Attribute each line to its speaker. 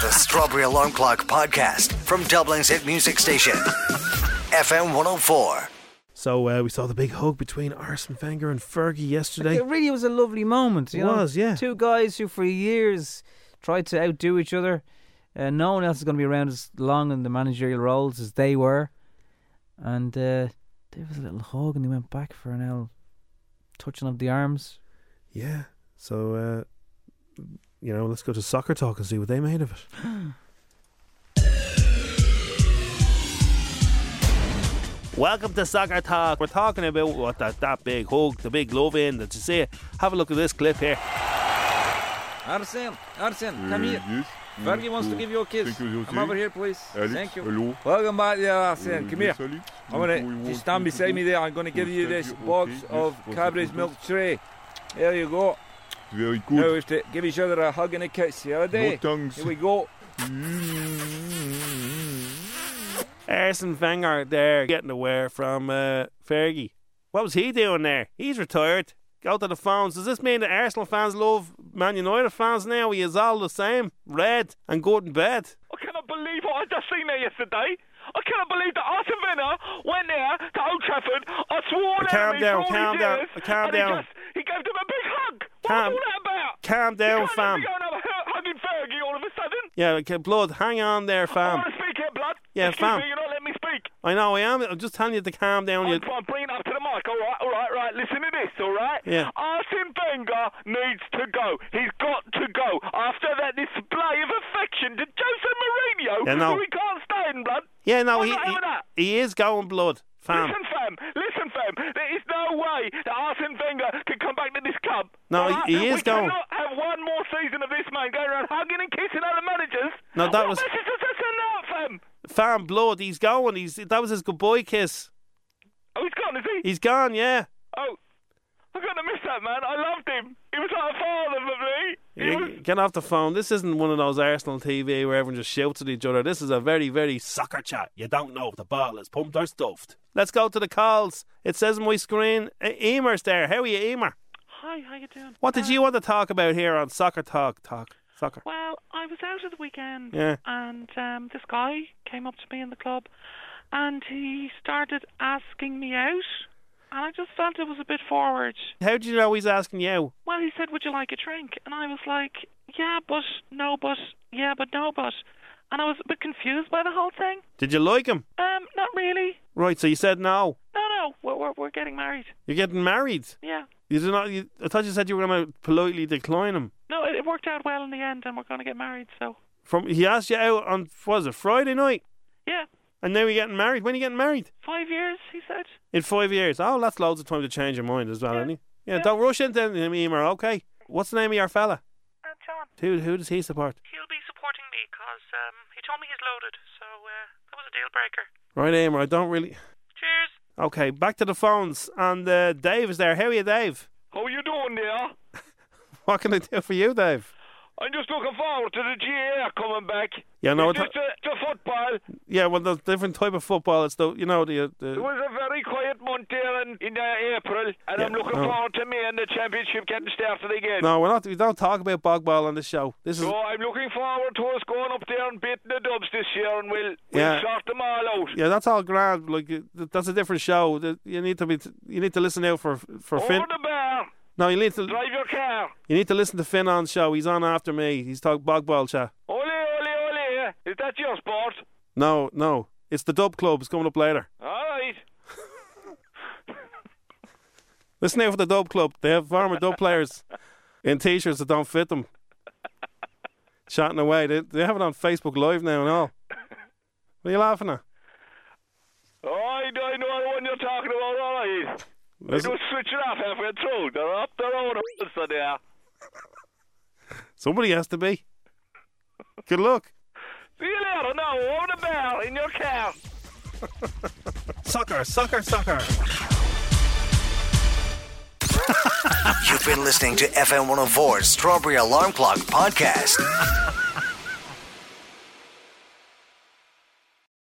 Speaker 1: The Strawberry Alarm Clock Podcast from Dublin's hit music station, FM 104.
Speaker 2: So uh, we saw the big hug between Arsene Wenger and Fergie yesterday.
Speaker 3: It really was a lovely moment. You
Speaker 2: It
Speaker 3: know?
Speaker 2: was, yeah.
Speaker 3: Two guys who for years tried to outdo each other. Uh, no one else is going to be around as long in the managerial roles as they were. And uh, there was a little hug, and they went back for an L, touching of the arms.
Speaker 2: Yeah. So uh, you know, let's go to soccer talk and see what they made of it. Welcome to Soccer Talk. We're talking about what that, that big hug, the big love in that you see. Have a look at this clip here.
Speaker 3: Arsene, Arsene, come here.
Speaker 4: Mm,
Speaker 3: Fergie wants to give you a kiss. Come over here, please. Thank you.
Speaker 4: Hello. Mm,
Speaker 3: Welcome back, yeah, Arsene. Come here.
Speaker 4: Salut.
Speaker 3: I'm gonna just stand beside me there. I'm gonna give you this box of Cadbury's milk tray. There you go.
Speaker 4: Very
Speaker 3: Now we
Speaker 4: good.
Speaker 3: have to give each other a hug and a kiss. The other
Speaker 4: No
Speaker 3: day.
Speaker 4: tongues.
Speaker 3: Here we go.
Speaker 2: Arsene Wenger there getting away from uh, Fergie. What was he doing there? He's retired. Go to the phones. Does this mean that Arsenal fans love Man United fans now? He is all the same, red and good in bed.
Speaker 5: I cannot believe what I just seen there yesterday. I cannot believe that Arsene Wenger went there to Old Trafford. I swore
Speaker 2: Uh,
Speaker 5: on
Speaker 2: calm
Speaker 5: enemies
Speaker 2: down,
Speaker 5: for all
Speaker 2: calm
Speaker 5: these
Speaker 2: down,
Speaker 5: years,
Speaker 2: uh, calm
Speaker 5: and he
Speaker 2: down.
Speaker 5: just- He, gave them a big hug. What
Speaker 2: Calm-
Speaker 5: was all that about?
Speaker 2: calm
Speaker 5: You
Speaker 2: down,
Speaker 5: can't
Speaker 2: fam.
Speaker 5: be going over hu- hugging Fergie all of a sudden.
Speaker 2: Yeah, okay, blood, hang on there,
Speaker 5: I
Speaker 2: fam.
Speaker 5: want to speak here, blood.
Speaker 2: Yeah,
Speaker 5: Excuse
Speaker 2: fam.
Speaker 5: me, you're not letting me speak.
Speaker 2: I know I am. I'm just telling you to calm down. You,
Speaker 5: I'm trying to bring it up to the mic. All right, all right, right. Listen to this. All right.
Speaker 2: Yeah.
Speaker 5: Arsene Wenger needs to go. He's got to go after that display of affection to Jose Mourinho,
Speaker 2: Yeah, no.
Speaker 5: who he can't stand, blood.
Speaker 2: yeah, no,
Speaker 5: I'm
Speaker 2: he,
Speaker 5: not having that.
Speaker 2: he he is going blood, fam.
Speaker 5: Listen, fam. Listen, fam. There is no way that Arsene Wenger can come back to this club.
Speaker 2: No,
Speaker 5: All
Speaker 2: he- he is
Speaker 5: we
Speaker 2: going.
Speaker 5: cannot have one more season of this man going around hugging and kissing other managers.
Speaker 2: No, that
Speaker 5: what
Speaker 2: was-
Speaker 5: message does that send out, fam?
Speaker 2: Fam, blood. He's going. He's that was his goodbye kiss.
Speaker 5: Oh, he's gone, is he?
Speaker 2: He's gone. Yeah.
Speaker 5: Oh, I'm gonna miss that man. I loved him. He was like a father for me. He
Speaker 2: Yeah,
Speaker 5: was...
Speaker 2: Get off the phone. This isn't one of those Arsenal TV where everyone just shouts at each other. This is a very, very soccer chat. You don't know if the ball is pumped or stuffed. Let's go to the calls. It says on my screen, E- Emer's there. How are you, Emer?
Speaker 5: Hi, how you doing?
Speaker 2: What did
Speaker 5: Uh,
Speaker 2: you want to talk about here on Soccer Talk? Talk soccer.
Speaker 5: Well, I was out at the weekend,
Speaker 2: Yeah.
Speaker 5: and um, this guy came up to me in the club, and he started asking me out, and I just felt it was a bit forward.
Speaker 2: How do you know he's asking you?
Speaker 5: Well, he said, "Would you like a drink?" And I was like, "Yeah, but no, but yeah, but no, but," and I was a bit confused by the whole thing.
Speaker 2: Did you like him?
Speaker 5: Um, not really.
Speaker 2: Right. So you said no.
Speaker 5: No, no, we're we're, we're getting married.
Speaker 2: You're getting married.
Speaker 5: Yeah.
Speaker 2: You do not. You, I thought you said you were going to politely decline him.
Speaker 5: No, it, it worked out well in the end, and we're going to get married. So,
Speaker 2: From he asked you out on what was it Friday night,
Speaker 5: yeah,
Speaker 2: and now you're getting married. When are you getting married?
Speaker 5: five years, he said.
Speaker 2: In five years. Oh, that's loads of time to change your mind as well,
Speaker 5: Yeah.
Speaker 2: isn't it? Yeah,
Speaker 5: Yeah.
Speaker 2: don't rush into him, Emer, okay? What's the name of your fella?
Speaker 5: Uh, John,
Speaker 2: Who, who does he support?
Speaker 5: he'll be supporting me because um, he told me he's loaded. So uh, that was a deal breaker.
Speaker 2: Right, Emer, I don't really.
Speaker 5: Cheers.
Speaker 2: Okay, back to the phones. And uh, Dave is there. How are you, Dave?
Speaker 5: How you doing there?
Speaker 2: What can I do for you, Dave?
Speaker 5: I'm just looking forward to the GA coming back.
Speaker 2: Yeah, no,
Speaker 5: it's
Speaker 2: it-
Speaker 5: just the, the football.
Speaker 2: Yeah, well, the different type of football. It's the, you know, the. uh,
Speaker 5: It
Speaker 2: the
Speaker 5: was a very quiet month there in, in uh, April, and
Speaker 2: Yeah, Oh.
Speaker 5: I'm looking
Speaker 2: no.
Speaker 5: forward to me and the championship getting started again.
Speaker 2: no, we're not. We don't talk about bog ball on this show. This is.
Speaker 5: So I'm looking forward to us going up there and beating the Dubs this year, and we'll, we'll
Speaker 2: Yeah.
Speaker 5: sort them all out.
Speaker 2: Yeah, that's all grand. Like th- that's a different show. Th- You need to be. You need to listen out for for
Speaker 5: Over
Speaker 2: fin.
Speaker 5: the bar.
Speaker 2: Oh, No, you need to
Speaker 5: Drive your car.
Speaker 2: you need to listen to Finn on show. He's on after me. He's talking bog ball chat.
Speaker 5: Ole, ole, ole. Is that your sport?
Speaker 2: No, no, it's the Dub Club. It's coming up later.
Speaker 5: All right.
Speaker 2: Listen out for the Dub Club. They have former Dub players in t-shirts that don't fit them, chatting away. They they have it on Facebook Live now and all. What are you laughing at?
Speaker 5: I, I know the one you're talking about, all right. I
Speaker 2: Listen-
Speaker 5: don't switch it off halfway through. They're up their own so they are.
Speaker 2: somebody has to be. Good luck.
Speaker 5: See you later now, over the bell, in your car.
Speaker 2: Soccer, soccer, soccer.
Speaker 1: oh You've been listening to FM 104's Strawberry Alarm Clock Podcast.